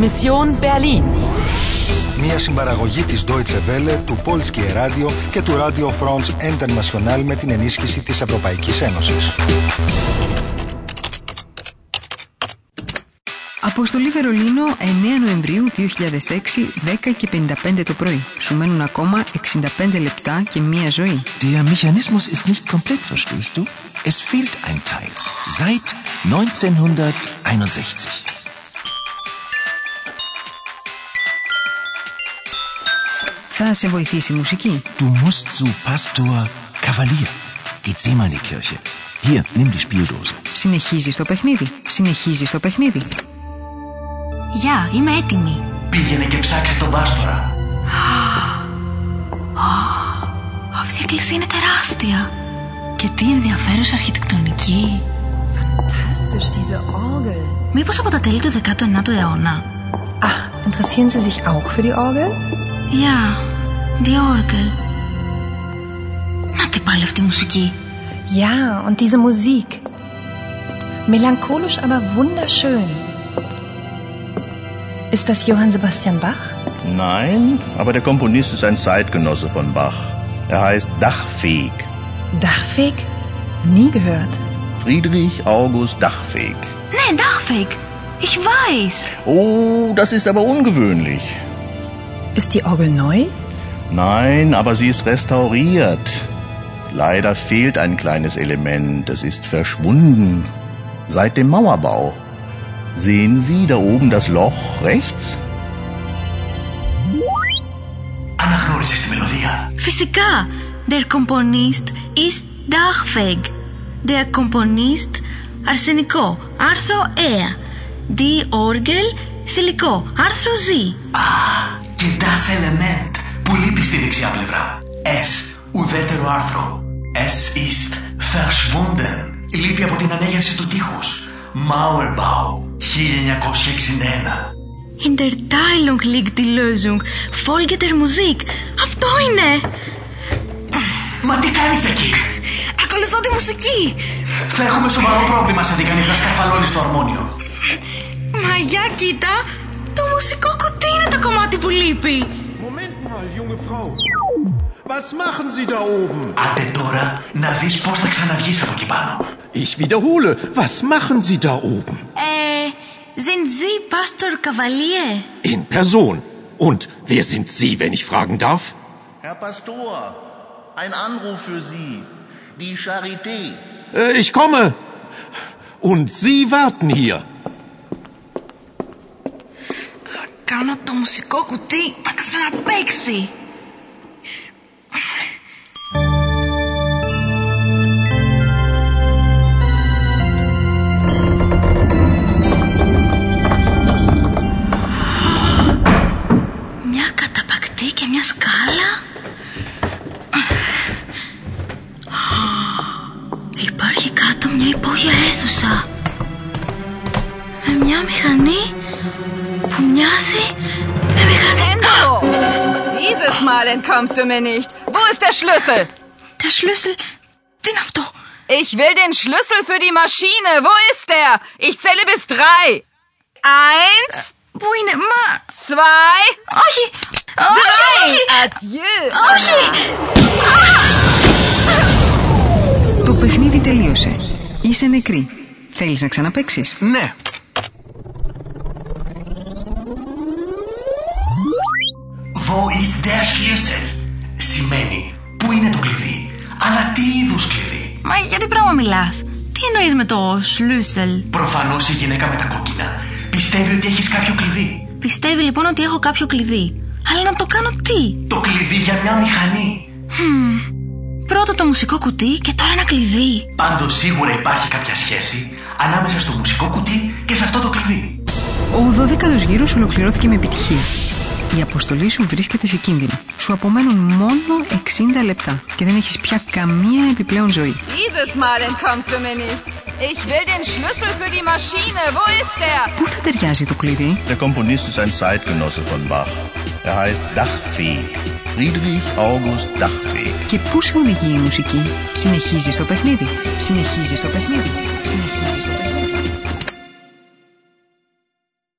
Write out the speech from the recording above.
Mission Berlin. Μια συμπαραγωγή της Deutsche Welle, του Polskie Radio και του Radio France International με την ενίσχυση της Ευρωπαϊκής Ένωσης. Αποστολή Βερολίνο 9 Νοεμβρίου 2006, 10 και 55 το πρωί. Σου μένουν ακόμα 65 λεπτά και μία ζωή. Der Mechanismus ist nicht komplett, verstehst du? Es fehlt ein Teil. Seit 1961. Θα σε βοηθήσει η μουσική. Du musst zu Pastor Kavalier. Geht seh mal in die Kirche. Hier, nimm die Spieldose. Συνεχίζεις το παιχνίδι. Συνεχίζεις το παιχνίδι. Γεια, είμαι έτοιμη. Πήγαινε και ψάξε τον πάστορα. Αυτή η εκκλησία είναι τεράστια. Και τι ενδιαφέρουσα αρχιτεκτονική. Fantastisch, diese Orgel. Μήπως από τα τέλη του 19ου αιώνα. Ach, interessieren Sie sich auch für die Orgel? Γεια, Die Orgel. Να τι πάλι αυτή η μουσική. Ja, und diese Musik. Melancholisch, aber wunderschön. Ist das Johann Sebastian Bach? Nein, aber der Komponist ist ein Zeitgenosse von Bach. Er heißt Dachfeg. Dachfeg? Nie gehört. Friedrich August Dachfeg. Ναι, Dachweg. Ich weiß. Oh, das ist aber ungewöhnlich. Ist die Orgel neu? Nein, aber sie ist restauriert. Leider fehlt ein kleines Element. Es ist verschwunden. Seit dem Mauerbau. Sehen Sie da oben das Loch rechts? Αναγνώρισες τη μελωδία. Φυσικά. Der Komponist ist Dachweg. Der Komponist αρσενικό. Άρθρο Ε. Die Orgel θηλυκό. Άρθρο Z. Και das element που λείπει στη δεξιά πλευρά. S. Ουδέτερο άρθρο. Es ist verschwunden. Λείπει από την ανέγερση του τείχους. Mauerbau 1961. In der Teilung liegt die Lösung. Folge der Musik. Αυτό είναι. Μα τι κάνεις εκεί. Ακολουθώ τη μουσική. Θα έχουμε σοβαρό πρόβλημα σε δει κανείς να σκαρφαλώνεις το αρμόνιο. Μα για κοίτα. Το μουσικό κουτί είναι το κομμάτι που λείπει. Moment mal, junge Frau. Was machen Sie da oben? Άντε τώρα να δεις πώς θα ξαναβγείς από εκεί πάνω. Ich wiederhole, was machen Sie da oben? Ε, sind Sie Pastor Cavalier? In Person. Und wer sind Sie, wenn ich fragen darf? Herr Pastor, ein Anruf für Sie. Die Charité. Äh, ich komme. Und Sie warten hier. Θα κάνω το μουσικό κουτί να ξαναπέξει. Μια καταπακτή και μια σκάλα. Υπάρχει κάτω μια υπόγεια αίθουσα. Με μια μηχανή που μοιάζει με μηχανή. Dieses Mal entkommst du mir nicht. Wo ist der Schlüssel? Τα Schlüssel. Τι είναι αυτό. Ich will den Schlüssel für die Maschine. Wo ist der? Ich zähle bis drei. Eins, Πού είναι, μα. zwei, Όχι! drei. Όχι! Adieu. Όχι! Το παιχνίδι τελείωσε. Είσαι νεκρή. Θέλεις να ξαναπέξεις. Ναι. Wo ist der Schlüssel? Σημαίνει πού είναι το κλειδί. Αλλά τι είδους κλειδί. Μα για τι πράγμα μιλάς. Τι εννοείς με το Schlüssel. Προφανώς η γυναίκα με τα κόκκινα πιστεύει ότι έχεις κάποιο κλειδί. Πιστεύει λοιπόν ότι έχω κάποιο κλειδί. Αλλά να το κάνω τι. Το κλειδί για μια μηχανή. Πρώτο το μουσικό κουτί και τώρα ένα κλειδί. Πάντως σίγουρα υπάρχει κάποια σχέση ανάμεσα στο μουσικό κουτί και σε αυτό το κλειδί. Ο 12ο γύρος ολοκληρώθηκε με επιτυχία. Η αποστολή σου βρίσκεται σε κίνδυνο. Σου απομένουν μόνο 60 λεπτά και δεν έχεις πια καμία επιπλέον ζωή. Dieses Mal entkommst du mir nicht. Ich will den Schlüssel für die Maschine. Wo ist der? Πού θα ταιριάζει το κλειδί? Der Komponist ist ein Zeitgenosse von Bach. Er heißt Dachfeg. Friedrich August Dachfeg. Και πού σε οδηγεί η μουσική. Συνεχίζεις το παιχνίδι. Συνεχίζεις το παιχνίδι. Συνεχίζεις το παιχνίδι.